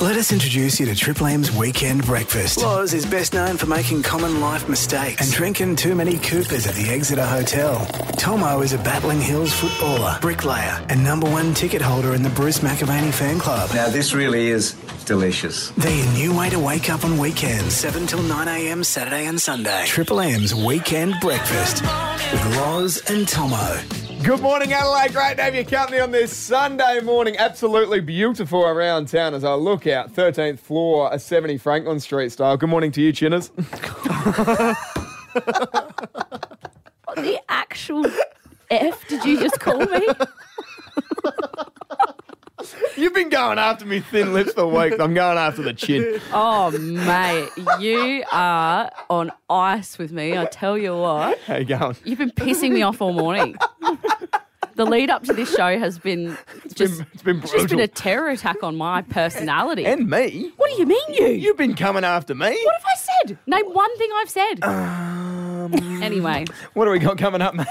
Let us introduce you to Triple M's Weekend Breakfast. Loz is best known for making common life mistakes and drinking too many Coopers at the Exeter Hotel. Tomo is a Battling Hills footballer, bricklayer, and number one ticket holder in the Bruce McAvaney fan club. Now, this really is delicious. The new way to wake up on weekends, 7 till 9am Saturday and Sunday. Triple M's Weekend Breakfast with Loz and Tomo. Good morning, Adelaide. Great to have your company on this Sunday morning. Absolutely beautiful around town as I look out. 13th floor, a 70 Franklin Street style. Good morning to you, Chinners. the actual F did you just call me? You've been going after me thin lips for weeks. I'm going after the chin. Oh, mate, you are on ice with me. I tell you what, How you going? you've been pissing me off all morning. The lead up to this show has been just, been- it's been it's just been brutal. a terror attack on my personality. And me? what do you mean, you? You've been coming after me? What have I said? Name one thing I've said. Um, anyway, What do we got coming up, mate?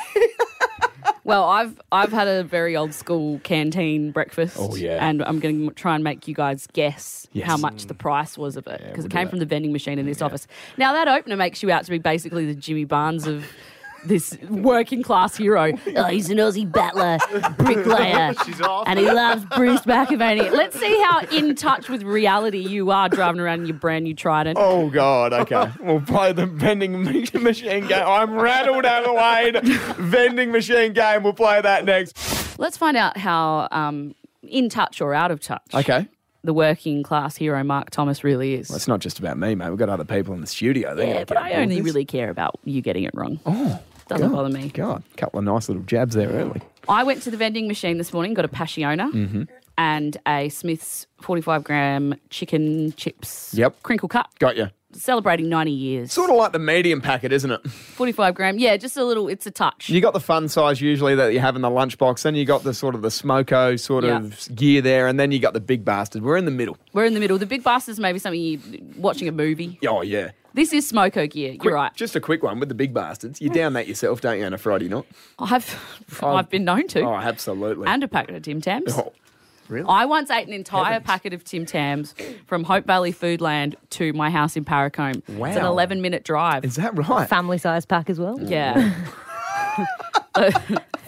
well, I've I've had a very old school canteen breakfast. Oh, yeah. And I'm going to try and make you guys guess Yes. how much the price was of it because we'll it do came that. from the vending machine in this office. Now that opener makes you out to be basically the Jimmy Barnes of. This working class hero. Oh, he's an Aussie battler, bricklayer, and he loves Bruce McAvaney. Let's see how in touch with reality you are driving around in your brand new Trident. Oh, God. Okay. We'll play the vending machine game. I'm rattled, Adelaide. vending machine game. We'll play that next. Let's find out how um, in touch or out of touch Okay. the working class hero Mark Thomas really is. It's not just about me, mate. We've got other people in the studio. They yeah, gotta but get I involved only in this. really care about you getting it wrong. Oh, doesn't bother me. God, a couple of nice little jabs there early. I went to the vending machine this morning, got a Passiona Mm-hmm. and a Smith's 45 gram chicken chips Yep. crinkle cut. Got you. Celebrating 90 years. Sort of like the medium packet, isn't it? 45 gram. Yeah, just a little, it's a touch. You got the fun size usually that you have in the lunchbox, then you got the sort of the smoko sort of gear there, and then you got the big bastard. We're in the middle. We're in the middle. The big busters may be something you watching a movie. Oh yeah, This is Smoko gear. Quick- You're right. Just a quick one with the big bastards. You down that yourself, don't you, on a Friday night? I've, I've been known to. Oh, absolutely. and a packet of Tim Tams. Oh, really? I once ate an entire packet of Tim Tams from Hope Valley Foodland to my house in Paracombe. It's an Wow. 11 minute drive. Is that right? family size pack as well. yeah.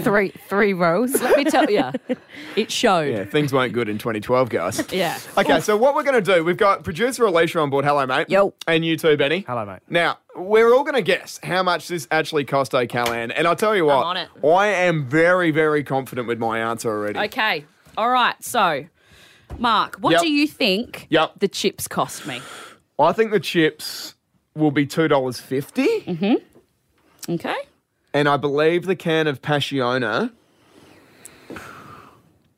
Three three rows. Let me tell you, it Yeah, showed. things weren't good in 2012, guys. Yeah. Okay, so what we're going to do, we've got producer Alicia on board. Hello, mate. Yo. And you too, Benny. Hello, mate. Now, we're all going to guess how much this actually cost O'Callaghan. And I'll tell you what, on it. I am very, very confident with my answer already. Okay. All right. So, Mark, what Yep. do you think Yep. the chips cost me? I think the chips will be $2.50. Mm-hmm. Okay. And I believe the can of Passiona,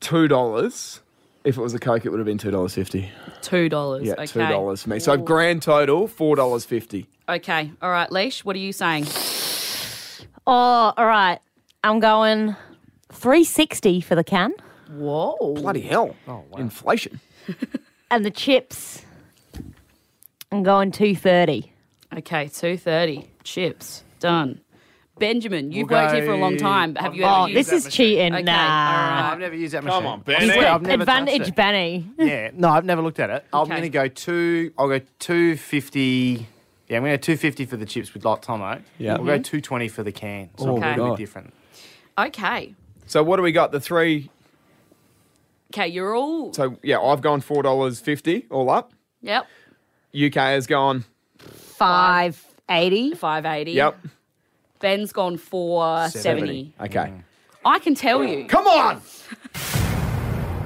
$2. If it was a Coke, it would have been $2.50. $2. Yeah, okay. $2 for me. So grand total, $4.50. Okay. All right, Leash, what are you saying? Oh, all right. I'm going three sixty for the can, Whoa. Bloody hell. Oh, wow. Inflation. and the chips. I'm going two thirty. Okay, 2.30. Chips. Done. Benjamin, you've worked here for a long time. Have you ever Oh, used this that? is cheating. Okay, Nah. all I've right. never used that machine. Come on, Benny. I've never Advantage, touched Benny. it. Yeah, no, I've never looked at it. I'm Okay. going to go two. I'll go two fifty. Yeah, I'm going to go two fifty for the chips with like Tomo. Yeah. we'll go Mm-hmm. two twenty for the can. So Oh, a little God. bit different. Okay. So what do we got? The three. Okay, you're all. So yeah, I've gone four dollars fifty all up. Yep. UK has gone. Five eighty. 580. Yep. Ben's gone 470. Okay. I can tell you. Come on.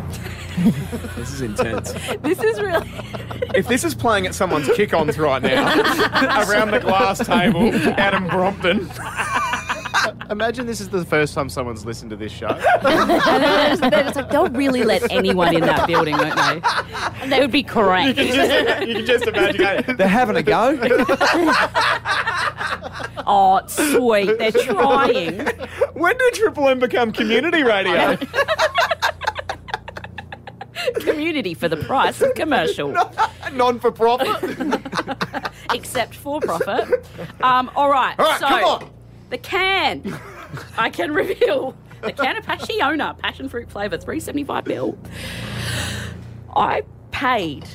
this is intense. This is really. If this is playing at someone's kick-ons right now, around the glass table, Adam Brompton. Imagine this is the first time someone's listened to this show. And then they're just- they're just like, they'll really let anyone in that building, won't they? They would be correct. you can just imagine. going, They're having a go. Oh, sweet. They're trying. when did Triple M become community radio? Community for the price of commercial, Non-for-profit. except for profit. Um, all right. All right, so, come on. the can. I can reveal the can of Passiona, passion fruit flavour, 375 mil. I paid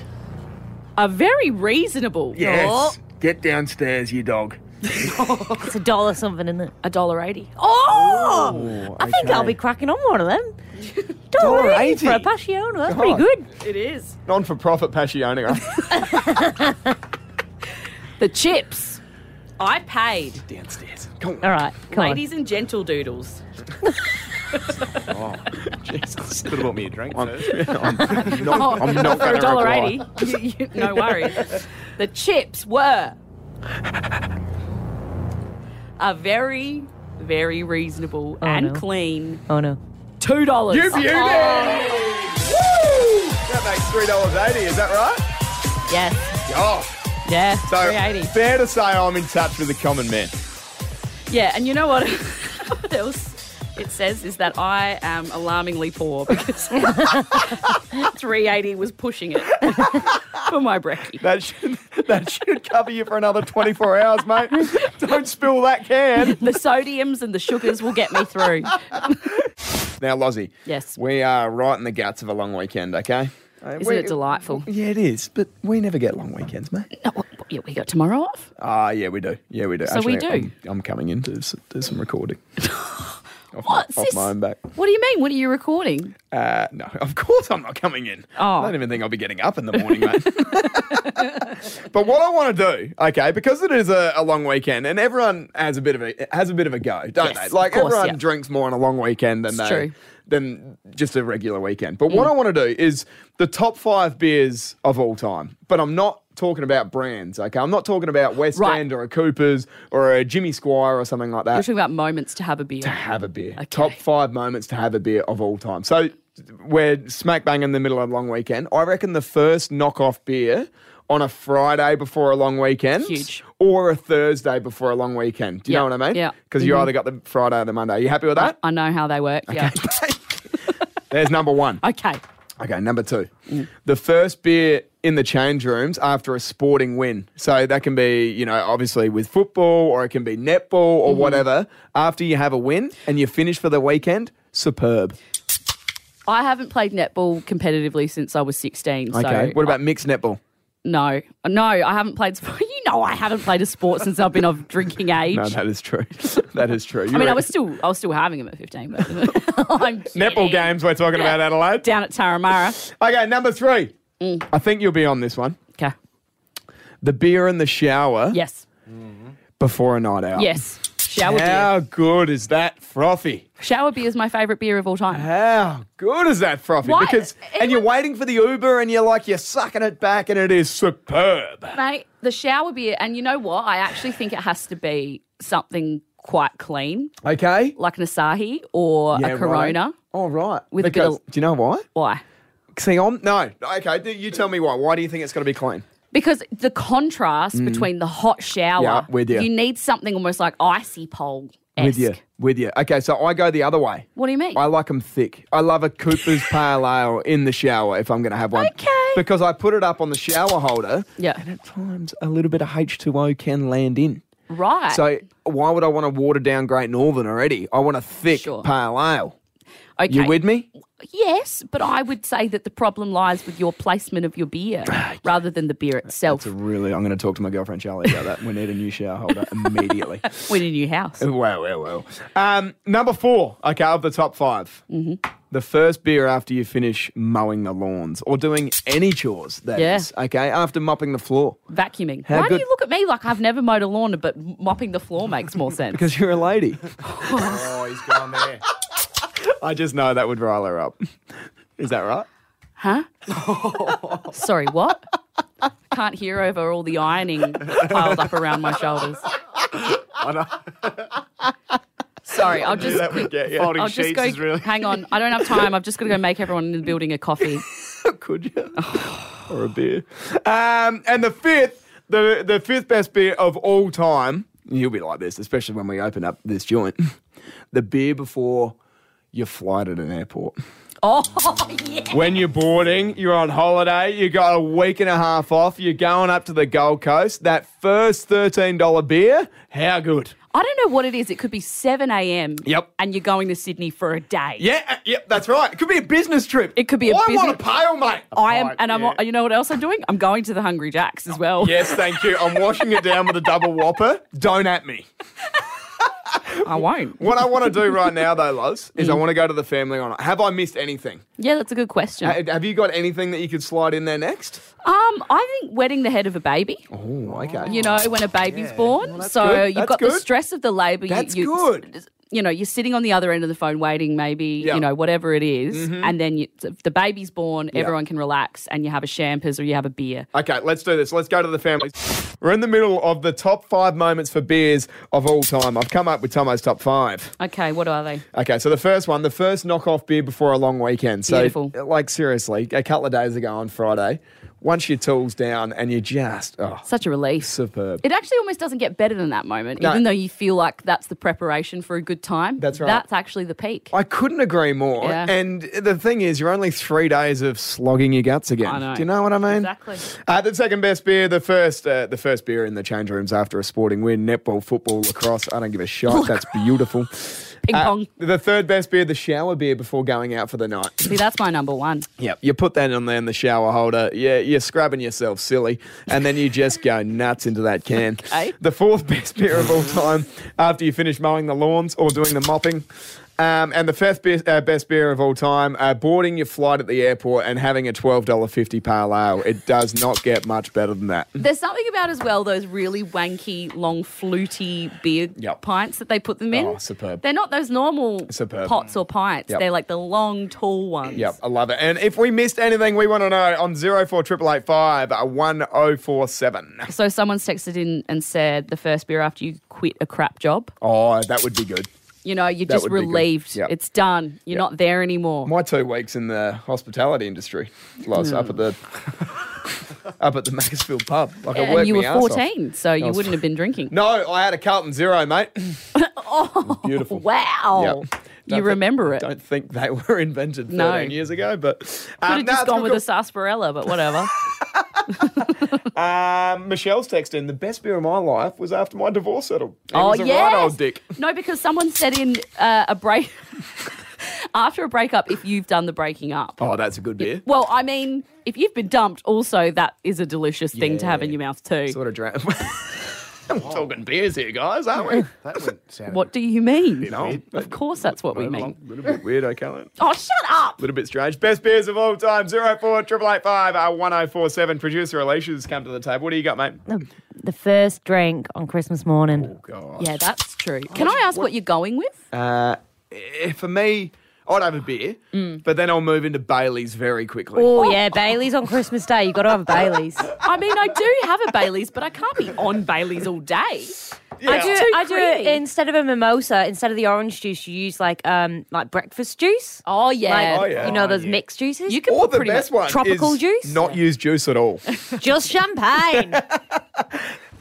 are very reasonable. Yes. Oh, Get downstairs, you dog. It's a dollar something, isn't it? a dollar eighty. Oh, I think I'll be cracking on one of them. dollar eighty for a passion. That's pretty God. good. it is Non for profit Passionia. the chips. I paid, Downstairs. Come on. All right, come on. ladies and gentle doodles. Jesus. Could have bought me a drink first. I'm not for going a to dollar reply. eighty. You- you- no worries. The chips were a very, very reasonable Oh, and no. clean Oh no. two dollars. Oh, You beauty! Woo! That makes three dollars eighty. Is that right? Yes. Oh, Yeah. so Three eighty. fair to say I'm in touch with the common man. Yeah, and you know what? what else it says is that I am alarmingly poor because 380 was pushing it for my brekkie. That should that should cover you for another 24 hours, mate. Don't spill that can. The sodiums and the sugars will get me through. Now, Lozzie. Yes. We are right in the guts of a long weekend. Okay. Isn't it delightful? Yeah, it is, but we never get long weekends, mate. No, what- what- yeah, we got tomorrow off. Ah, yeah, we do. Yeah, we do. So we do. I'm, I'm coming in to s- do some recording. Off my- What's off this? my own back. What do you mean? What are you recording? Uh, no, of course I'm not coming in. Oh. I don't even think I'll be getting up in the morning, mate. but what I want to do, okay, because it is a, a long weekend and everyone has a bit of a has a bit of a go, don't Yes, they? Like of course, everyone yeah. drinks more on a long weekend than It's they true. Mm. than just a regular weekend. But what I want to do is the top five beers of all time. But I'm not talking about brands, okay? I'm not talking about West Right. End or a Cooper's or a Jimmy Squire or something like that We're talking about moments to have a beer. have a beer. Okay. Top five moments to have a beer of all time. So we're smack bang in the middle of a long weekend. I reckon the first knockoff beer on a Friday before a long weekend, Huge. or a Thursday before a long weekend. Do you Yeah, know what I mean? yeah. Mm-hmm. Because you either got the Friday or the Monday. You happy with that? I know how they work. Yeah. There's number one. Okay. Okay, number two. Mm. The first beer in the change rooms after a sporting win. So that can be, you know, obviously with football or it can be netball or Mm-hmm. whatever. After you have a win and you finish for the weekend, superb. I haven't played netball competitively since I was 16. Okay. So what about mixed netball? No, no, I haven't played sport. You know, I haven't played a sport since I've been of drinking age. No, that is true. that is true. I mean, I was still, I was still having them at fifteen, but I'm kidding. netball games we're talking about Adelaide. down at Taramara. Okay, number three. I think you'll be on this one. Okay. The beer in the shower Yes. before a night out. Yes. Oh. Shower beer. How good is that frothy? Shower beer is my favorite beer of all time. How good is that, Frothy? Why- Because and you're waiting for the Uber and you're like you're sucking it back and it is superb. Mate, the shower beer, and you know what? I actually think it has to be something quite clean, Okay. like an Asahi or Yeah, a Corona. Right. Oh right. With a bit because, of- do you know why? Why? See, I'm no. Okay, do- you tell me why. Why do you think it's going to be clean? Because the contrast between the hot shower, Mm. Yeah, with you. need something almost like icy pole With esque. you, with you. Okay, so I go the other way. What do you mean? I like them thick. I love a Cooper's Pale Ale in the shower if I'm going to have one. Okay. Because I put it up on the shower holder. Yeah. And at times a little bit of H2O can land in. Right. So why would I want to water down Great Northern already? I want a thick Sure. pale ale. okay. You with me? Yes, but I would say that the problem lies with your placement of your beer rather than the beer itself. Really, I'm going to talk to my girlfriend Charlie about that. We need a new shower holder immediately. We're in a new house. Well, well, well. Um, number four, okay, of the top 5 Mm-hmm. The first beer after you finish mowing the lawns or doing any chores, that is. Yeah. okay, after mopping the floor. Vacuuming. How Why good- do you look at me like I've never mowed a lawn, but mopping the floor makes more sense? Because you're a lady. Oh, he's gone there. I just know that would rile her up. Is that right? huh? Sorry, what? Can't hear over all the ironing piled up around my shoulders. I know. Sorry, I'll just quick- Yeah, yeah. Folding I'll just sheets go. is really. Hang on, I don't have time. I've just got to go make everyone in the building a coffee. Could you? or a beer. Um, and the fifth, the the fifth best beer of all time. You'll be like this, especially when we open up this joint. the beer before your flight at an airport. Oh, yeah. When you're boarding, you're on holiday, you got a week and a half off, you're going up to the Gold Coast, that first $13 beer, how good? I don't know what it is. It could be 7 a.m. Yep. And you're going to Sydney for a day. Yeah, uh, yep, that's right. It could be a business trip. Oh, It could be a I business- want a pail, mate. I am, Right, and I'm. yeah. You know what else I'm doing? I'm going to the Hungry Jacks as well. Yes, thank you. I'm washing it down with a double whopper. Don't at me. I won't. What I want to do right now, though, Loz, Mm. is I want to go to the family on it. Have I missed anything? Yeah, that's a good question. Ha- Have you got anything that you could slide in there next? Um, I think wedding the head of a baby. Ooh, okay. You know, when a baby's born, so good. Oh. you've That's got the good. stress of the labour. You- That's you, good. You know, you're sitting on the other end of the phone waiting, maybe Yeah. Mm-hmm. you know whatever it is, and then you, if the baby's born, everyone can relax, and you have a champers or you have a beer. Okay, let's do this. Let's go to the families. We're in the middle of the top five moments for beers of all time. I've come up with Tomo's top five. Okay, what are they? Okay, so the first one, the first knockoff beer before a long weekend. So, Beautiful. like, seriously, a couple of days ago on Friday, once your tool's down and you just, oh, Such a relief. superb. It actually almost doesn't get better than that moment, No. even though you feel like that's the preparation for a good time. That's right. Uh, That's actually the peak. I couldn't agree more. Yeah. And the thing is, you're only three days of slogging your guts again. I know. Do you know what I mean? Exactly. Uh, the second best beer, the first, uh, the first beer in the change rooms after a sporting win, netball, football, lacrosse. I don't give a shot. That's beautiful. Ping Uh, pong. the third best beer, the shower beer before going out for the night. See, that's my number one. Yep. You put that on there in the shower holder. Yeah, you're scrubbing yourself silly, and then you just go nuts into that can. Okay. The fourth best beer of all time after you finish mowing the lawns or doing the mopping. Um, and the fifth be- uh, best beer of all time, uh, boarding your flight at the airport and having a $12.50 pale ale. It does not get much better than that. There's something about as well those really wanky, long, fluty beer Yep. pints that they put them in. Oh, superb. They're not those normal Superb. pots or pints. Yep. They're like the long, tall ones. Yep, I love it. And if we missed anything, we want to know on 04885 uh, 1047. So someone's texted in and said the first beer after you quit a crap job. Oh, that would be good. You know, you're That just would be good. relieved. Yep. It's done. You're Yep. not there anymore. My two weeks in the hospitality industry, was up at the up at the Macclesfield pub. Like I and worked you were my arse off. 14, so you was- wouldn't have been drinking. No, I had a Carlton Zero, mate. Oh, beautiful. Wow. Yep. Oh, You Don't thi- remember I it. Could Don't think they were invented 13 No. years ago, but um, have no, just it's gone cool, with cool. a sarsaparilla, but whatever. Um, Michelle's texting. The best beer of my life was after my divorce settled. It Oh, was a yes. right old dick. No, because someone said in uh, a break after a breakup, if you've done the breaking up. Oh, that's a good beer. Well, I mean, if you've been dumped, also that is a delicious thing to have in your mouth too. Sort of drown. We're talking beers here, guys, aren't we? That went sound What do you mean? No, Of course, that's what we mean. a little bit weird, okay, Alan? Oh, shut up! little bit strange. Best beers of all time. Zero four triple eight five uh, one zero four seven. Producer Alicia's come to the table. What do you got, mate? The, the first drink on Christmas morning. God. Yeah, that's true. Oh, Can I ask what, you're going with? Uh, for me, I'd have a beer, but then I'll move into Bailey's very quickly. Oh, yeah, Bailey's on Christmas Day. You got to have Bailey's. I mean, I do have a Bailey's, but I can't be on Bailey's all day. I do. Too I do. creamy. Instead of a mimosa, instead of the orange juice, you use like um like breakfast juice. Oh yeah. Like, Oh, yeah. You know those mixed juices. You can Or the pretty best much- one tropical is juice? Not use juice at all. just champagne.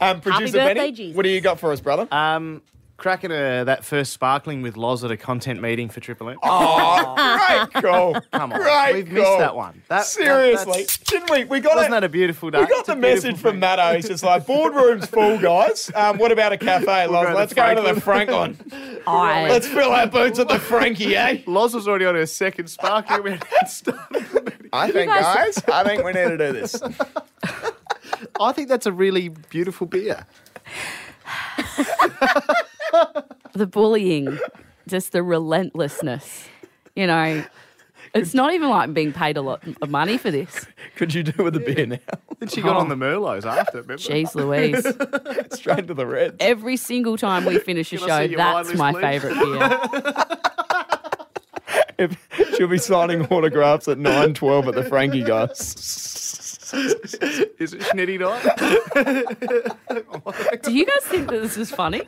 Um, producer birthday, Benny, Jesus. what do you got for us, brother? Um, cracking uh that first sparkling with Loz at a content meeting for Triple M. oh, great call. Come on, Great we've call. missed that one. That, that- Seriously, that's- didn't we? We got wasn't it. that a beautiful day? we got It's the a beautiful message from thing. Matto. He's just like, boardroom's full, guys. Um, what about a cafe, Loz? go to Let's the go to the Franklin. I- Let's fill our boots at the Frankie, eh? Loz was already on her second sparkling. We had started. I think, guys- guys, I think we need to do this. I think that's a really beautiful beer. the bullying, just the relentlessness. You know, it's not even like I'm being paid a lot of money for this. Could you do with a beer now? Then she got Oh. on the Merlots after. Remember? Jeez Louise. Straight to the red. Every single time we finish a Can I show, see your that's wine my list, favourite beer. She'll be signing autographs at nine twelve at the Frankie, guys. Is it Schnitty night? Do you guys think that this is funny?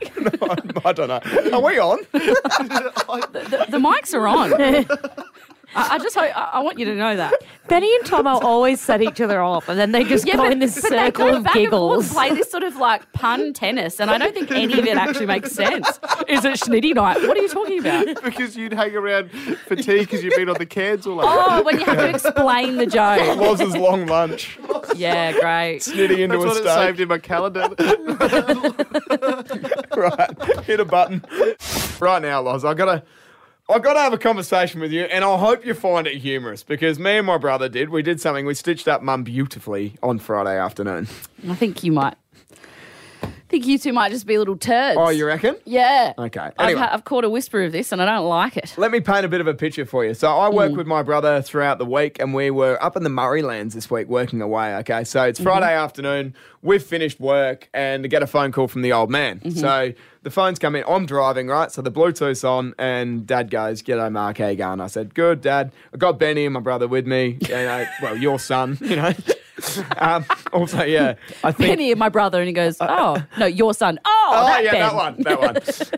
I don't know. Are we on? The mics are on. I, I just hope, I, I want you to know that. Benny and Tomo always set each other off, and then they just go in this they circle go of back and forth giggles. and play this sort of like pun tennis, and I don't think any of it actually makes sense. Is it schnitty night? What are you talking about? because you'd hang around for tea because you've been on the cans all over. Oh, when you have to explain the joke. Loz's long lunch, Yeah, great. knitting into That's what it a saved in my calendar. steak. Hit a button. Right now, Loz, I gotta. I got to have a conversation with you, and I hope you find it humorous because me and my brother did. We did something. We stitched up mum beautifully on Friday afternoon. I think you might. I think you two might just be little turds. Oh, you reckon? Yeah. Okay, I've, anyway. ha- I've caught a whisper of this and I don't like it. Let me paint a bit of a picture for you. So I work with my brother throughout the week, and we were up in the Murraylands this week working away. Okay, so it's Friday afternoon. We've finished work, and get a phone call from the old man. So the phone's come in. I'm driving, right? So the Bluetooth's on, and Dad goes, "G'day, Mark. How you going?" I said, "Good, Dad. I got Benny and my brother with me. You know, well, your son. You know." um, also, yeah, I think Uh, Penny and my brother, and he goes, Oh, no, your son. Oh, Oh, that yeah, Ben. that one, that one.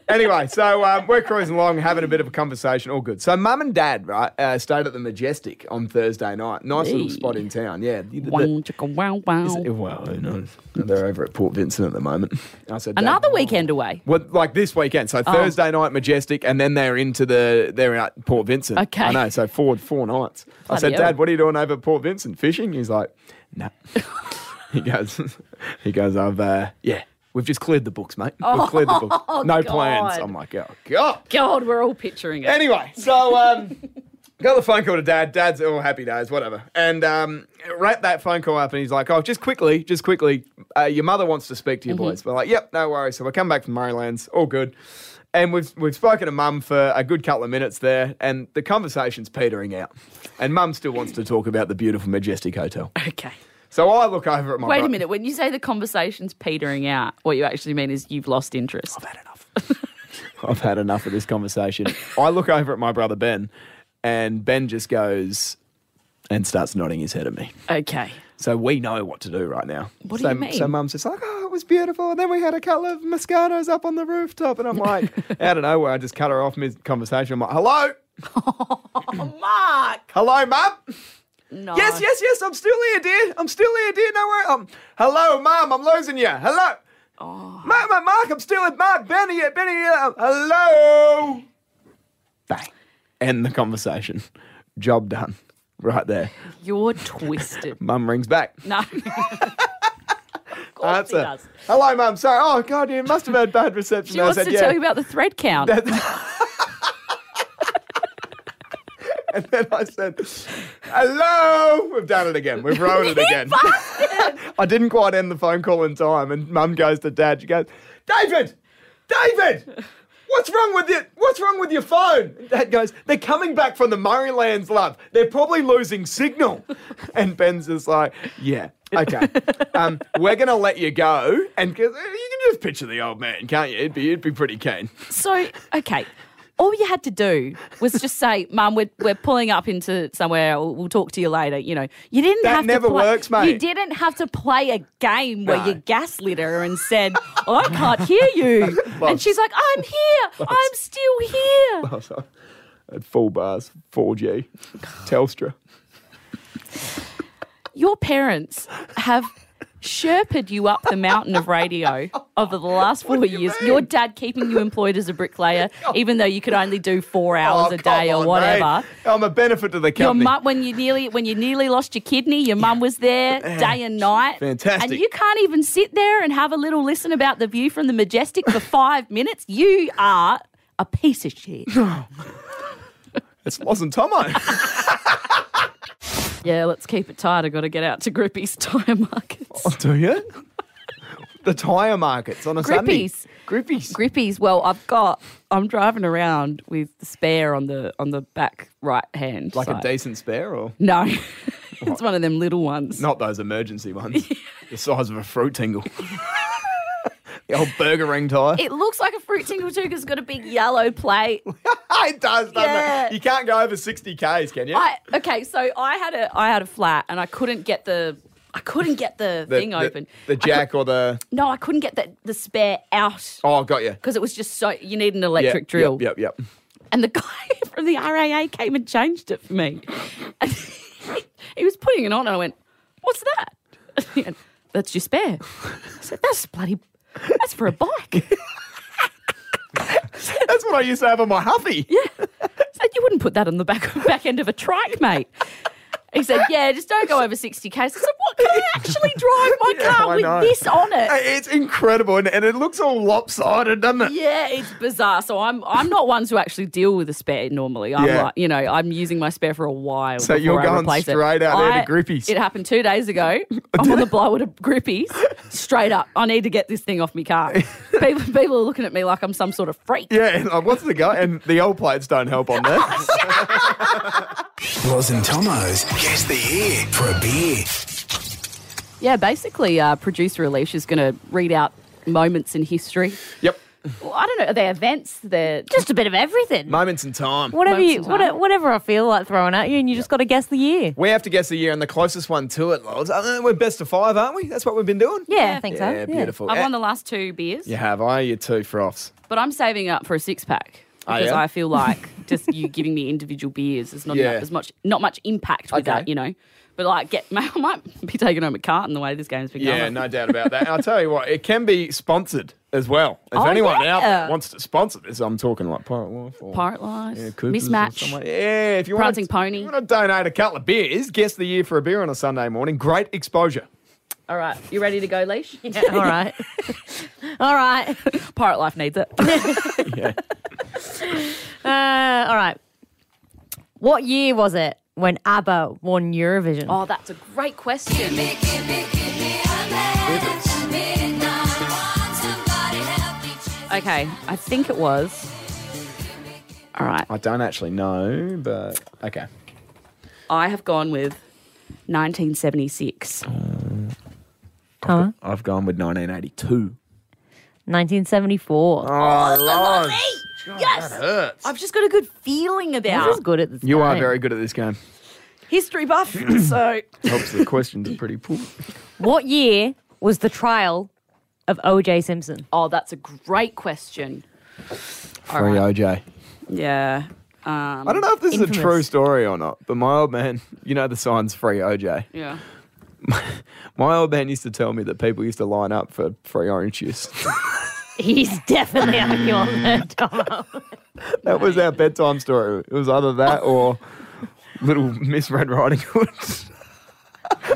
anyway, so um, we're cruising along, having a bit of a conversation, all good. So, mum and dad, right, uh, stayed at the Majestic on Thursday night. Nice little Hey. spot in town, yeah. The- the- Wong, chicka, wow, wow. is it- well, who knows? They're over at Port Vincent at the moment. I said, Dad- Another weekend away. Well, like this weekend, so Oh. Thursday night Majestic, and then they're into the they're out at Port Vincent. Okay. I know. So four four nights. I Bloody said, hell. Dad, what are you doing over at Port Vincent fishing? He's like, Nah. he goes, he goes, I've uh, yeah, we've just cleared the books, mate. We've cleared the books. No Oh, God. plans. I'm like, oh god. God, we're all picturing it. Anyway, so um, got the phone call to dad. Dad's all happy days, whatever. And um, wrap that phone call up, and he's like, "Oh, just quickly, just quickly, uh, your mother wants to speak to you Mm-hmm. boys." We're like, "Yep, no worries." So we come back from Murraylands, all good. And we've we've spoken to mum for a good couple of minutes there, and the conversation's petering out. And mum still wants to talk about the beautiful Majestic Hotel. Okay. So I look over at my Wait a bro- minute. When you say the conversation's petering out, what you actually mean is you've lost interest. I've had enough. I've had enough of this conversation. I look over at my brother Ben, and Ben just goes and starts nodding his head at me. Okay. So we know what to do right now. What do so, you mean? So mum's just like, oh, it was beautiful. And then we had a couple of Moscatos up on the rooftop. And I'm like, out of nowhere, I just cut her off mid conversation. I'm like, hello? Oh, Mark. Hello, mum? No. Yes, yes, yes. I'm still here, dear. I'm still here, dear. No worry. Um, hello, mum. I'm losing you. Hello. Oh. Mark, Mark, Mark, I'm still at Mark. Benny, uh, Benny. uh, hello. Bang. End the conversation. Job done. Right there. You're twisted. Mum rings back. No. of course he Answer. does. Hello, mum. Sorry. Oh, God, you must have had bad reception. She wants I said, to yeah. tell you about the thread count. and then I said, hello. We've done it again. We've rowed it again. I didn't quite end the phone call in time. And mum goes to dad. She goes, David, David, what's wrong with it? What's wrong with your phone? And dad goes, they're coming back from the Murraylands, love. They're probably losing signal. And Ben's just like, yeah. Okay, um, we're gonna let you go, and 'cause, uh, you can just picture the old man, can't you? It'd be, it'd be pretty keen. So, okay. All you had to do was just say, Mum, we're, we're pulling up into somewhere. We'll, we'll talk to you later. You know, you didn't That have never to play, works, mate. You didn't have to play a game where No. you gaslit her and said, I can't hear you. and she's like, I'm here. I'm still here. at full bars, 4G, Telstra. Your parents have sherped you up the mountain of radio over the last four you years. mean? Oh, Your dad keeping you employed as a bricklayer, even though you could only do four hours a day or whatever. I'm a benefit to the Your company. mum, when you nearly when you nearly lost your kidney, your mum was there day and night. Fantastic. And you can't even sit there and have a little listen about the view from the majestic for five minutes. You are a piece of shit. it's Loz and Tomo. yeah, let's keep it tight. I got to get out to Grippy's tire markets. Do you? The tyre markets on a Grippies. Sunday. Grippies. Grippy's. Well, I've got. I'm driving around with the spare on the on the back right hand. like side. a decent spare or No, it's one of them little ones. not those emergency ones. the size of a fruit tingle. the old burger ring tyre. It, It looks like a fruit tingle too because it's got a big yellow plate. does, doesn't Yeah. it? You can't go over 60 Ks, can you? I okay, so I had a I had a flat and I couldn't get the I couldn't get the, the, thing the- open. The jack or the. No, I couldn't get the, the spare out Oh, got you. because it was just so you need an Yeah, electric drill. Yep, yep, yep. And the guy from the RAA came and changed it for me. And he was putting it on, and I went, "What's that?" He went, that's your spare. I said, "That's bloody, that's for a bike." That's what I used to have on my Huffy. said, "You wouldn't put that on the back back end of a trike, mate." He said, "Yeah, just don't go over sixty k's." I said, "What can I actually drive my Yeah, car I with know. this on it?" It's incredible, and, and it looks all lopsided, doesn't it? Yeah, it's bizarre. So I'm I'm not one to actually deal with a spare normally. I'm Yeah. like, you know, I'm using my spare for a while. So before you're I going replace it. straight out there to I- Grippies. It happened two days ago. I'm on the blower to Grippies. Straight up, I need to get this thing off my car. People people are looking at me like I'm some sort of freak. Yeah, and like, what's the guy? And the old plates don't help on that. Los and Tomo's guess the year for a beer. Yeah, basically, uh, producer Alicia's going to read out moments in history. yep. Well, I don't know. Are they events? They're Just a bit of everything. Moments in time. whatever Most you, of the time. what, whatever I feel like throwing at you, and you just got to guess the year. We have to guess the year and the closest one to it, Loves. Uh, we're best of five, aren't we? That's what we've been doing. Yeah, I think so. Yeah, beautiful. I've won the last two beers, You have, I. You two froths. but I'm saving up for a six pack Oh, because yeah? I feel like just you giving me individual beers is not Yeah. enough, as much not much impact with Okay. that, you know. But like, get I might be taking home a carton the way this game's been Yeah, going. no doubt about that. And I'll tell you what, it can be sponsored as well. If Oh, anyone out there yeah. wants to sponsor this, I'm talking like Pirate Life or Pirate Life, yeah, Coopers or someone. mismatch. Yeah, if you Prancing want to, Pony. you want to donate a couple of beers, guess the year for a beer on a Sunday morning. Great exposure. All right, you ready to go, Leash? All right. all right. Pirate Life needs it. Uh, all right. What year was it when ABBA won Eurovision? oh, that's a great question. Okay, I think it was. All right, I don't actually know, but okay. I have gone with 1976. Oh. Huh? I've gone with 1982. 1974. Oh, Lord. I've just got a good feeling I was about good at this. You are game. very good at this game. history buff. so Helps the questions are pretty poor. What year was the trial of O.J. Simpson? Oh, that's a great question. All Free right. OJ. Yeah. Um, I don't know if this is a true Infamous. story or not, but my old man, you know the signs free OJ. yeah. My old man used to tell me that people used to line up for free orange juice. He's definitely on your list. that was our bedtime story. It was either that or little Miss Red Riding Hood.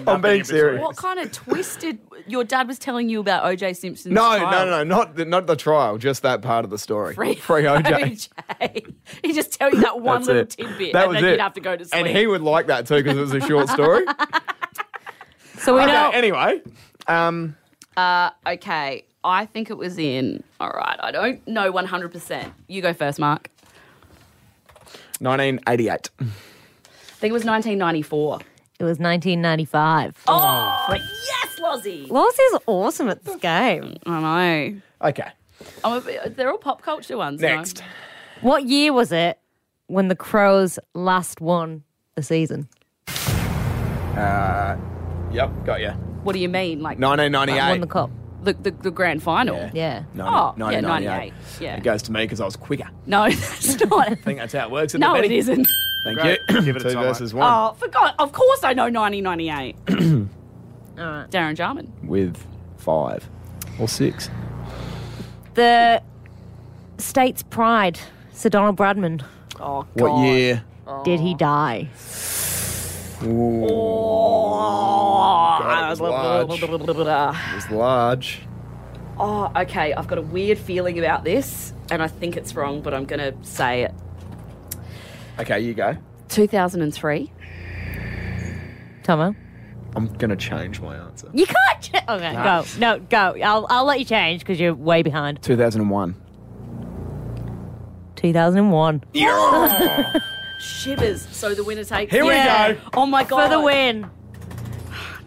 I'm being serious. What kind of twisted? Your dad was telling you about OJ Simpson's. No, trial. no, no, no, not the, not the trial, just that part of the story. Free, OJ. OJ. he just tell you that one That's little it. tidbit, That and was then it. you'd have to go to sleep. And he would like that too because it was a short story. So we Okay, know. anyway, um, okay, I think it was in. All right, I don't know 100. percent You go first, Mark. 1988. I think it was 1994. It was 1995. Oh. Oh, yes, Lozzie. is awesome at this game. I know. Okay, I'm a bit- Oh, uh, they're all pop culture ones. no? next. What year was it when the Crows last won the season? Yep, got you. What do you mean? Like Won the 1998. cup. the, the, the grand final? Yeah. Oh, Ninety- yeah, 1998. 98. Yeah. It goes to me because I was quicker. I No, that's not. think that's how it works. Isn't no, it, it Betty? isn't. Thank Great. you. Give it a Two time, versus one. Oh, forgot. Of course I know 1998. All right. Darren Jarman. With five or six. The state's pride, Sir Donald Bradman. Oh, God. What year? Did he die? Oh. Ah, God, it was large. It was large. Oh, okay. I've got a weird feeling about this, and I think it's wrong, but I'm going to say it. Okay, you go. 2003. Tomo? I'm going to change my answer. You can't. Ch- okay, go. No, go. I'll, I'll let you change because you're way behind. 2001. 2001. Shivers. So the winner takes. Here we Yeah. go. Oh, my For God. the win.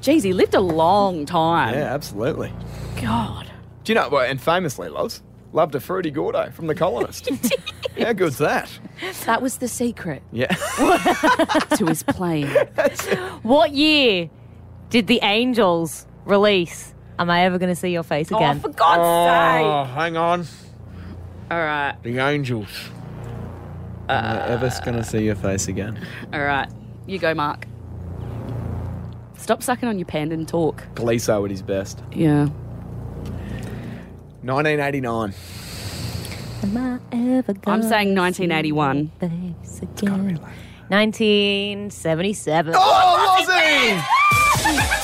Jeez, he lived a long time. Yeah, absolutely. God. Do you know, well, and famously, Loves, loved a fruity Gordo from The Colonist. How good's that? That was the secret Yeah. to his playing. What year did the Angels release Am I Ever Going to See Your Face oh, Again? for God's Oh, hang on. sake. All right. The Angels. I'm not ever gonna see your face again. All right, you go, Mark. Stop sucking on your pen and talk. Galiso at his best. Yeah. 1989. Am I ever gonna I'm saying 1981. see your face again? 1977. Oh, was he?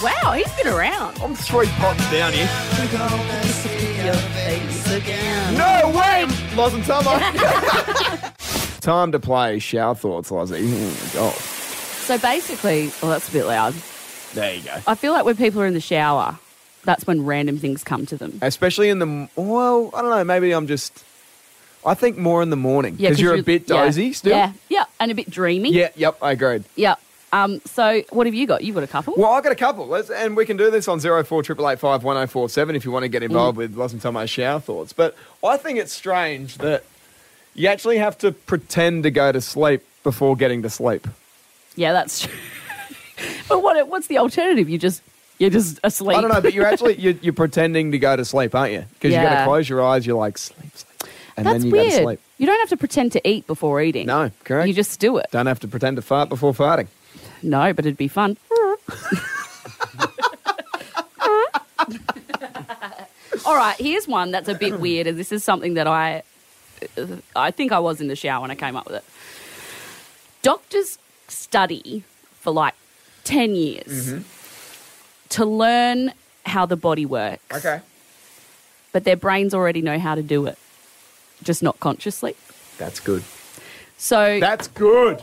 Wow, he's been around. I'm three pots down here. No, wait! Loz and Tomo. Time to play Shower Thoughts, Lozzie. Mm, Oh, So basically, well, that's a bit loud. there you go. I feel like when people are in the shower, that's when random things come to them. Especially in the, well, I don't know, maybe I'm just, I think more in the morning. Yeah, Because you're a bit yeah, dozy still. Yeah, yeah, and a bit dreamy. Yeah, yep, I agreed. yeah. Um, so what have you got? You've got a couple. Well, I've got a couple, Let's, and we can do this on 0488851047 if you want to get involved Mm. with Lost and Tomo's shower thoughts. But I think it's strange that you actually have to pretend to go to sleep before getting to sleep. Yeah, that's true. but what? What's the alternative? You just you're just asleep. I don't know, but you're actually you're, you're pretending to go to sleep, aren't you? Because you're going to Yeah. close your eyes, you're like sleep, sleep, and that's then you weird. go to sleep. You don't have to pretend to eat before eating. No, correct. You just do it. Don't have to pretend to fart before farting. No, but it'd be fun. All right, here's one that's a bit weird, and this is something that I, I think I was in the shower when I came up with it. Doctors study for like ten years Mm-hmm. to learn how the body works. but their brains already know how to do it, just not consciously. that's good. So That's good.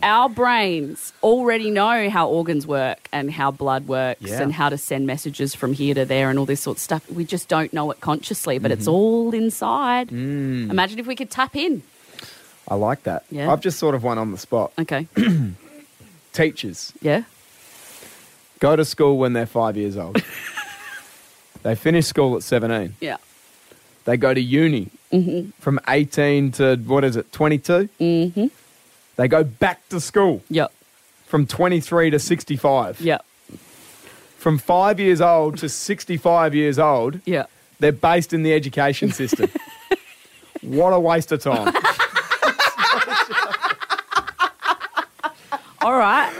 our brains already know how organs work and how blood works Yeah. and how to send messages from here to there and all this sort of stuff. We just don't know it consciously, but it's all inside. Imagine if we could tap in. I like that. Yeah. I've just sort of one on the spot. Okay. Teachers yeah. go to school when they're five years old. they finish school at seventeen. Yeah. They go to uni Mm-hmm. from eighteen to what is it, twenty Mm-hmm. They go back to school Yep. from twenty three to sixty five. Yep. from five years old to 65 years old, Yep. they're based in the education system. what a waste of time. All right.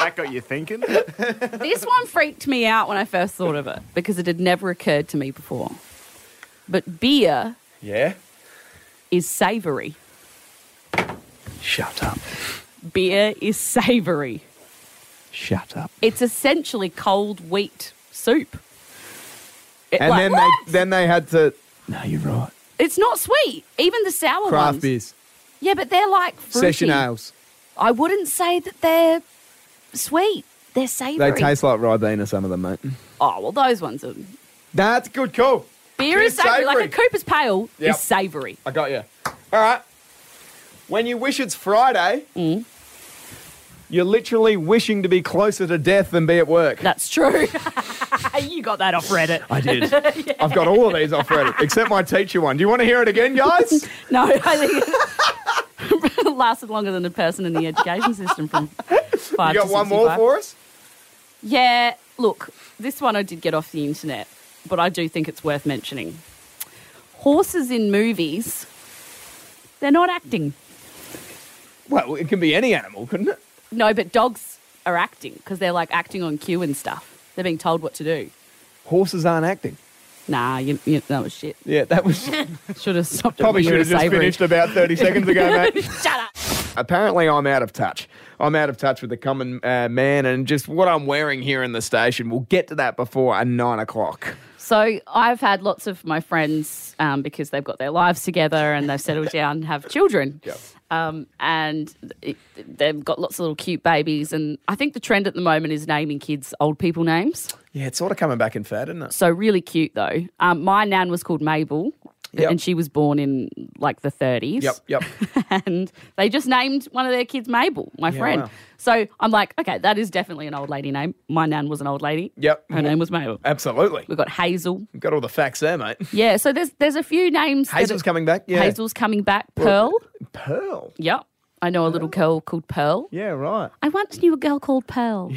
That got you thinking. this one freaked me out when I first thought of it because it had never occurred to me before. But beer yeah? is savory. Shut up. Beer is savory. Shut up. It's essentially cold wheat soup. It- And like, then what? they then they had to No, you're right. It's not sweet. Even the sour craft ones. beers, Yeah, but they're like fruity. session ales. I wouldn't say that they're sweet. They're They savory. taste like Ribena, some of them, mate. Oh well, those ones are. That's good call. Beer It's is savory. Like a savoury. Cooper's Pale Yep. is savory. I got you. All right. When you wish it's Friday, Mm. you're literally wishing to be closer to death than be at work. That's true. you got that off Reddit. I did. I've got all of these off Reddit, except my teacher one. Do you want to hear it again, guys? No, I think it lasted longer than a person in the education system from five You to got one more 65. for us? Yeah, look, this one I did get off the internet, but I do think it's worth mentioning. Horses in movies, they're not acting. Well, it can be any animal, couldn't it? No, but dogs are acting because they're like acting on cue and stuff. They're being told what to do. Horses aren't acting. Nah, you, you, that was shit. Yeah, that was Should have stopped. it probably should when we have were just savouring. finished about 30 seconds ago, mate. Shut up. Apparently, I'm out of touch. I'm out of touch with the common uh, man, and just what I'm wearing here in the station. We'll get to that before a nine o'clock. So I've had lots of my friends um, because they've got their lives together and they've settled down and have children. Um, and it, they've got lots of little cute babies. And I think the trend at the moment is naming kids old people names. Yeah, it's sort of coming back in fad, isn't it? So really cute though. Um, my nan was called Mabel. Yep. And she was born in like the 30s. Yep, yep. and they just named one of their kids Mabel, my friend. wow. So I'm like, okay, that is definitely an old lady name. My nan was an old lady. Yep. Her name was Mabel. Absolutely. We've got Hazel. We've got all the facts there, mate. Yeah, so there's there's a few names. that Hazel's are- coming back. Yeah. Hazel's coming back. Pearl. Pearl. Yep. I know a little girl called Pearl. Yeah, right. I once knew a girl called Pearl.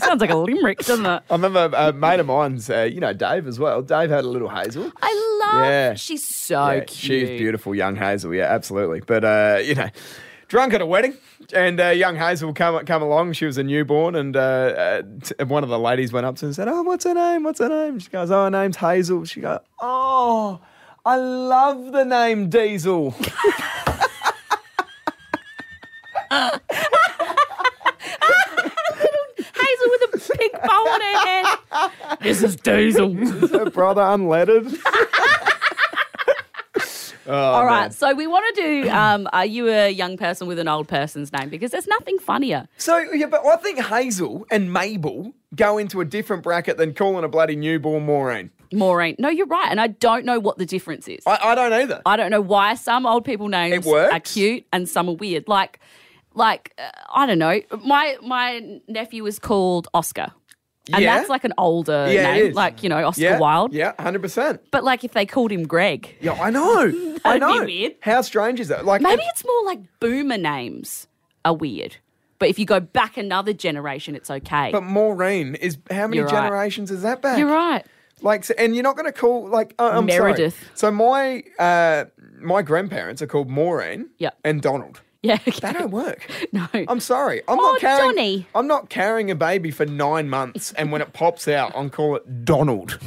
Sounds like a limerick, doesn't it? I remember a mate of mine's, uh, you know, Dave as well. Dave had a little Hazel. I love. Yeah. She's so Yeah, cute. She's beautiful, young Hazel. Yeah, absolutely. But uh, you know, drunk at a wedding, and uh, young Hazel come come along. She was a newborn, and uh, uh, t- and one of the ladies went up to her and said, "Oh, what's her name? What's her name?" She goes, "Oh, her name's Hazel." She goes, "Oh, I love the name Diesel." Hazel with a pink bow on her Oh, head. This is Diesel. her brother unlettered. All right, so we want to do. Um, are you a young person with an old person's name? Because there's nothing funnier. So yeah, but I think Hazel and Mabel go into a different bracket than calling a bloody newborn Maureen. Maureen. No, you're right, and I don't know what the difference is. I, I don't either. I don't know why some old people names It works. are cute and some are weird. Like, like uh, I don't know. My my nephew is called Oscar, and Yeah. that's like an older Yeah, it name, is. like you know Oscar yeah, Wilde. Yeah, hundred percent. But like if they called him Greg, Yeah, I know. I That'd be know. weird. How strange is that? Like maybe it's more like boomer names are weird. But if you go back another generation, it's okay. But Maureen is how many You're right. generations is that back? you're right. Like, so- and you're not going to call like uh, I'm sorry. Meredith. So my uh, my grandparents are called Maureen. Yep. And Donald. Yeah. okay. They don't work. No. I'm sorry. I'm Oh, not carrying. Johnny. I'm not carrying a baby for nine months, and when it pops out, I'm call it Donald.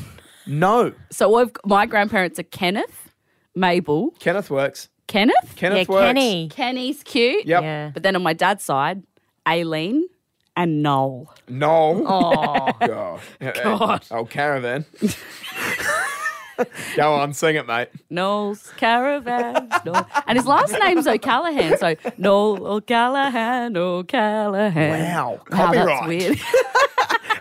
No, so I've, my grandparents are Kenneth, Mabel, Kenneth works. Kenneth, Kenneth yeah, works. Kenny. Kenny's cute. Yep. Yeah. But then on my dad's side, Aileen and Noel. No. Oh God. God. Oh caravan. Go on, sing it, mate. Noel's caravan. Noel. And his last name's O'Callaghan. So Noel O'Callaghan, O'Callaghan. Wow. Wow, Copyright. that's weird.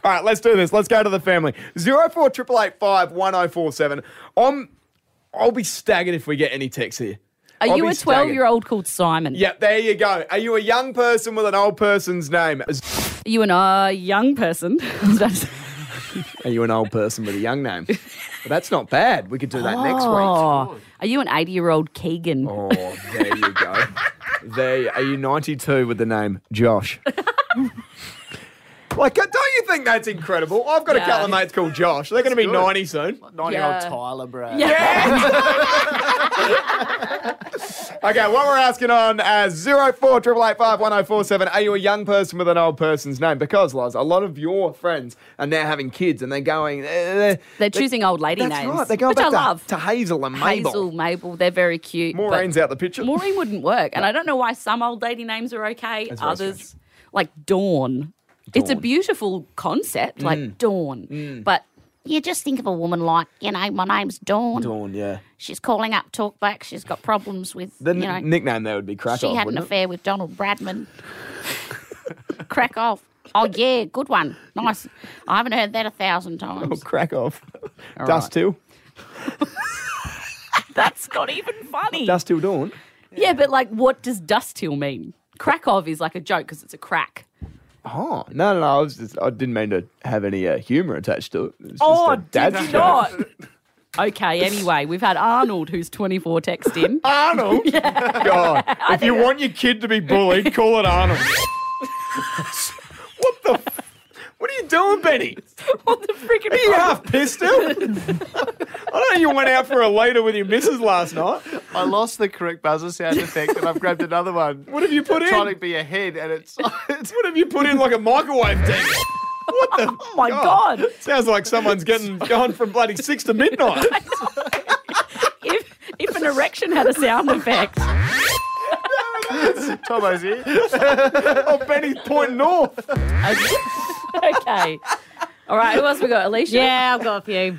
All right, let's do this. Let's go to the family. Zero four triple eight five one zero four seven. I'm. I'll be staggered if we get any texts here. Are I'll you be a staggered. 12 year old called Simon? Yep, there you go. Are you a young person with an old person's name? Are you an uh, young person? I was about to say- Are you an old person with a young name? Well, that's not bad. We could do that next week. oh, are you an 80 year old Keegan? Oh, there you go. there. you- Are you 92 with the name Josh? like, don't you think that's incredible? I've got a Yeah. couple of mates called Josh. They're going to be good. 90 soon. Nine-year-old Yeah. Tyler, bro. Okay, what we're asking on uh, zero four triple eight five one zero four seven. Are you a young person with an old person's name? Because Loz, a lot of your friends are now having kids, and they're going. eh, eh, They're choosing old lady that's names. right. They're going which back I to, love. to Hazel and Mabel. Hazel, Mabel, they're very cute. but Maureen's out the picture. Maureen wouldn't work. And I don't know why some old lady names are okay, That's very others, like Dawn. It's a Dawn. Mm. beautiful concept, like Dawn. But you just think of a woman like, you know, my name's Dawn. Dawn, yeah. She's calling up Talkback. She's got problems with, The you know, n- nickname there would be Crack she Off, had an wouldn't it? affair with Donald Bradman. Crack off. Oh, yeah, good one. Nice. I haven't heard that a thousand Oh, times. crack off. Dust till. That's not even funny. Dust till dawn. Yeah, but like, what does dust till mean? Krakov is like a joke because it's a crack. Oh, no, no, no. I, was just, I didn't mean to have any uh, humour attached to it. It's just Oh, a dad's joke. okay, anyway, we've had Arnold, who's 24, text in. Arnold? God. If you want your kid to be bullied, call it Arnold. what the? F- what are you doing, Benny? what the oh freaking Are you half pissed still? I know you went out for a later with your missus last night. I lost the correct buzzer sound effect, and I've grabbed another one. What have you put in? Trying to be ahead, and it's oh, it's What have you put in like a microwave thing? What the? Oh my God. Sounds like someone's getting gone from bloody six to midnight. If, if an erection had a sound effect. Tomo's here. oh, Benny's pointing north. Okay. All right, who else we got? Alicia? Yeah, I've got a few.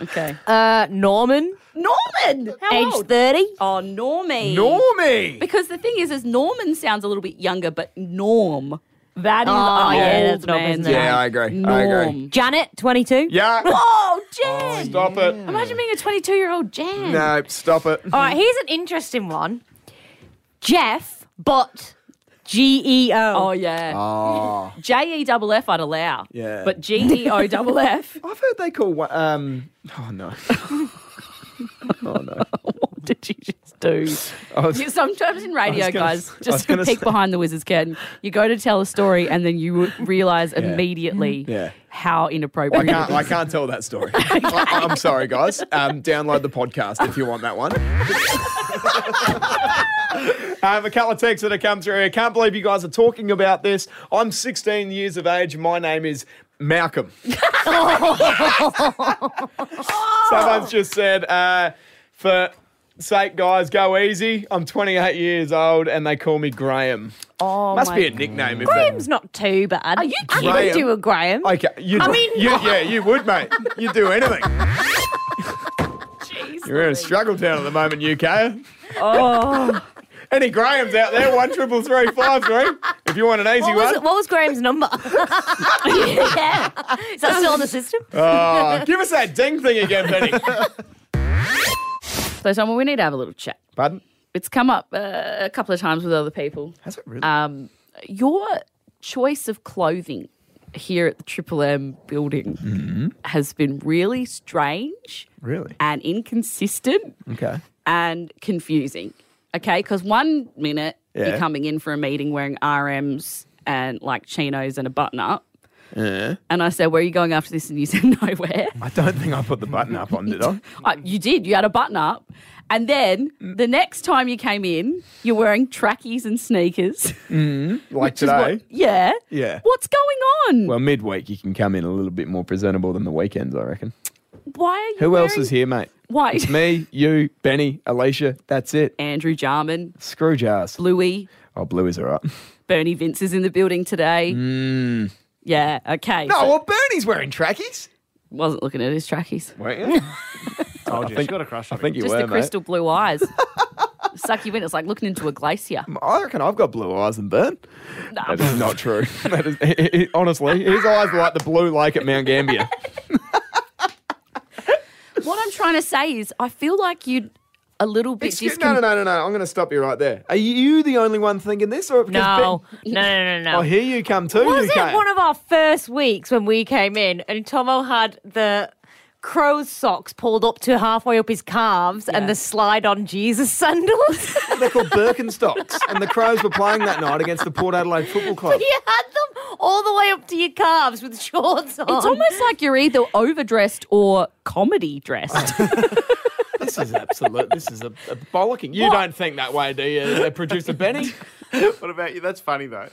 Okay. Uh, Norman, Norman! How age old? 30. Oh, Normie. Normie. Because the thing is, is Norman sounds a little bit younger, but Norm. That is Oh, an yeah, old that's Norm, man's isn't it? name. Yeah, I agree. I agree. Norm. Janet, 22. Yeah. Oh, Jan! Stop it. Imagine being a 22 year old Jan. No, stop it. All right, here's an interesting one. Jeff, but G E Oh, O. yeah. J E double F, I'd allow. Oh. Yeah. But G E O double F. I've heard they call one. Um, oh no. oh no. did you just do? was- You- Sometimes in radio, I was gonna guys, s- I was just to gonna peek say- behind the wizard's curtain, you go to tell a story and then you realize immediately Mm-hmm. Yeah. how I inappropriate. can't, it I is. can't tell that story. I, I'm sorry, guys. Um, download the podcast if you want that one. I have a couple of texts Uh, that have come through. I can't believe you guys are talking about this. I'm 16 years of age. and My name is Malcolm. Someone's just said, uh, for sake, guys, go easy. I'm 28 years old and they call me Graham. Oh, Must my be a nickname. if they- Graham's not too bad. Are you I Graham? could do a Graham. Okay, you. I mean, you, yeah, you would, mate. You'd do anything. You're in a struggle town at the moment, UK. Oh, Any Grahams out there? One triple three five three. If you want an easy what, was, one, what was Graham's number? yeah. Is that still on the system? Oh, give us that ding thing again, Benny. so someone we need to have a little chat. Pardon? It's come up uh, a couple of times with other people. Has it really? Um, your choice of clothing here at the Triple M building Mm-hmm. has been really strange, Really? and inconsistent. Okay. and confusing. Okay, because one minute Yeah. you're coming in for a meeting wearing RMs and like chinos and a button up. And I said, Where are you going after this? And you said, Nowhere. I don't think I put the button up on, did I? Uh, you did, you had a button up. And then the next time you came in, you're wearing trackies and sneakers. Like Which is what- today. yeah. Yeah. What's going on? Well, midweek you can come in a little bit more presentable than the weekends, I reckon. Why are you Who else wearing- is here, mate? Why? It's me, you, Benny, Alicia. That's it. Andrew Jarman, Screw jars. Bluey, Oh, blue is all right. Bernie Vince is in the building today. Yeah, okay. Hmm. No, so- well, Bernie's wearing trackies. wasn't looking at his trackies. Wait, Told you. think- She's got a crush I on think you. you just were, the crystal blue eyes. Suck you in. It's like looking into a glacier. mate. I reckon I've got blue eyes and burn. Nah. That is not true. That is, he- he- honestly, his eyes are like the blue lake at Mount Gambier. What I'm trying to say is, I feel like you'd a little bit Excuse- discon- no, no, no, no, no. I'm going to stop you right there. Are you the only one thinking this? Or because No. Ben- No, no, no, no. I hear you come too. was you it came. one of our first weeks when we came in and Tomo had the crow's socks pulled up to halfway up his calves and the slide on Jesus sandals? They're called Birkenstocks, and the Crows were playing that night against the Port Adelaide Football Club. you had them all the way up to your calves with shorts on. It's almost like you're either overdressed or comedy dressed. This is absolute. This is a, a bollocking. You don't think that way, do you, uh, producer Benny? What about you? That's funny though.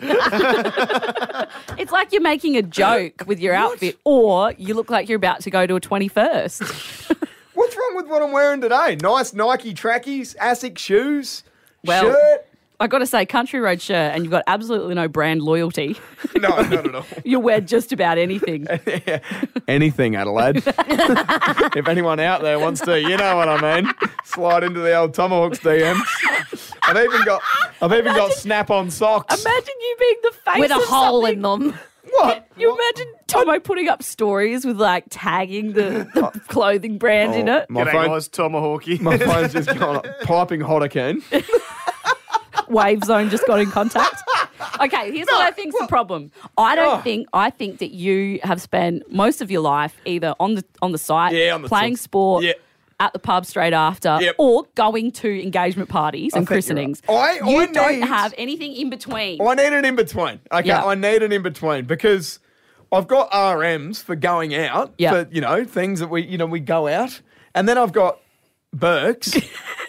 it's like you're making a joke with your outfit, or you look like you're about to go to a 21st. What's wrong with what I'm wearing today? Nice Nike trackies, ASIC shoes, Well- shirt. I got to say, country road shirt, and you've got absolutely no brand loyalty. No, not at all. you wear just about anything. anything, Adelaide. if anyone out there wants to, you know what I mean. Slide into the old Tomahawks DMs. I've even got, I've even got snap-on socks. Imagine you being the face with a of hole something. in them. what? You imagine Tomo putting up stories with like tagging the, the clothing brand in it. Oh. My G'day, phone- guys. Tomahawky. My phone's just gone piping hot again. Wave Zone just got in contact. Okay, here's what I think's the problem. I don't Oh. think I think that you have spent most of your life either on the on the site, Yeah, on the playing tools. sport, Yeah. at the pub straight after, Yep. or going to engagement parties and think you're right. christenings. I- you I don't need- have anything in between. I need an in between. Okay, Yeah. I need an in between because I've got RMs for going out. Yeah. For, you know, things that we, you know, we go out. And then I've got Burks.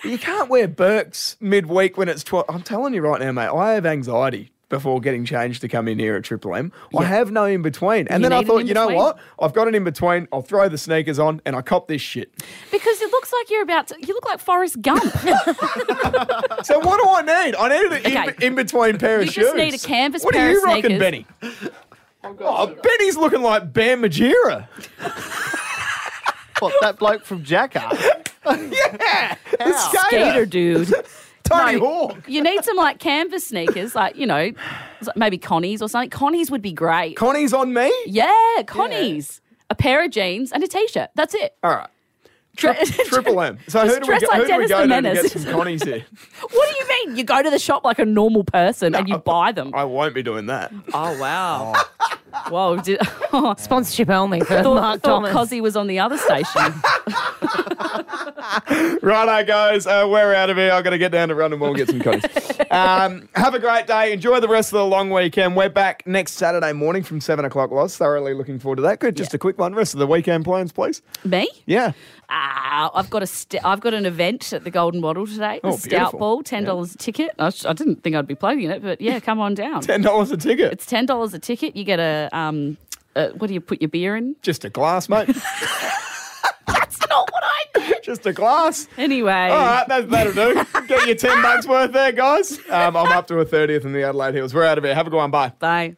you can't wear Burks midweek when it's 12. I'm telling you right now, mate, I have anxiety before getting changed to come in here at Triple M. I have no in between. And You then I need an thought, you know in-between. what? I've got an in between. I'll throw the sneakers on and I cop this shit. Because it looks like you're about to you look like Forrest Gump. So what do I need? I need an Okay. in between pair of You shoes. just need a canvas What pair are of you rocking, sneakers. Benny? Oh, Benny's looking like Bam Majera. What, that bloke from Jackass? Yeah, the skater, Gator dude. Tony No. Hawk. You need some like canvas sneakers, like you know, maybe Connie's or something. Connie's would be great. Connie's on me. yeah, Connie's. A pair of jeans and a t-shirt. That's it. All right, Tri- Uh, Triple M. So who Just do we dress go, like who do we Dennis go the to, to get Menace. some Connies here? What do you mean? You go to the shop like a normal person and you buy them. I Oh. won't be doing that. oh wow. Whoa. Did, Sponsorship only for thought, Mark thought Thomas. Cozzy was on the other station. Righto, guys. Uh, we're out of here. I've got to get down to Rundle Mall and get some cones. um, have a great day. Enjoy the rest of the long weekend. We're back next Saturday morning from 7 o'clock, Loz. Thoroughly looking forward to that. Good. Just Yeah. a quick one. Rest of the weekend plans, please. Me? Yeah. Ah, I've got a st- I've got an event at the Golden Model today. The Oh, Stout beautiful. Ball, ten dollars a ticket. I, sh- I didn't think I'd be plugging it, but yeah, come on down. $10 a ticket. It's ten dollars a ticket. You get a um, uh what do you put your beer in? just a glass, mate. That's not what I. Did. just a glass. Anyway, All right, that, that'll do. Get your 10 bucks worth there, guys. Um, I'm up to a 30th in the Adelaide Hills. We're out of here. Have a good one. Bye. bye.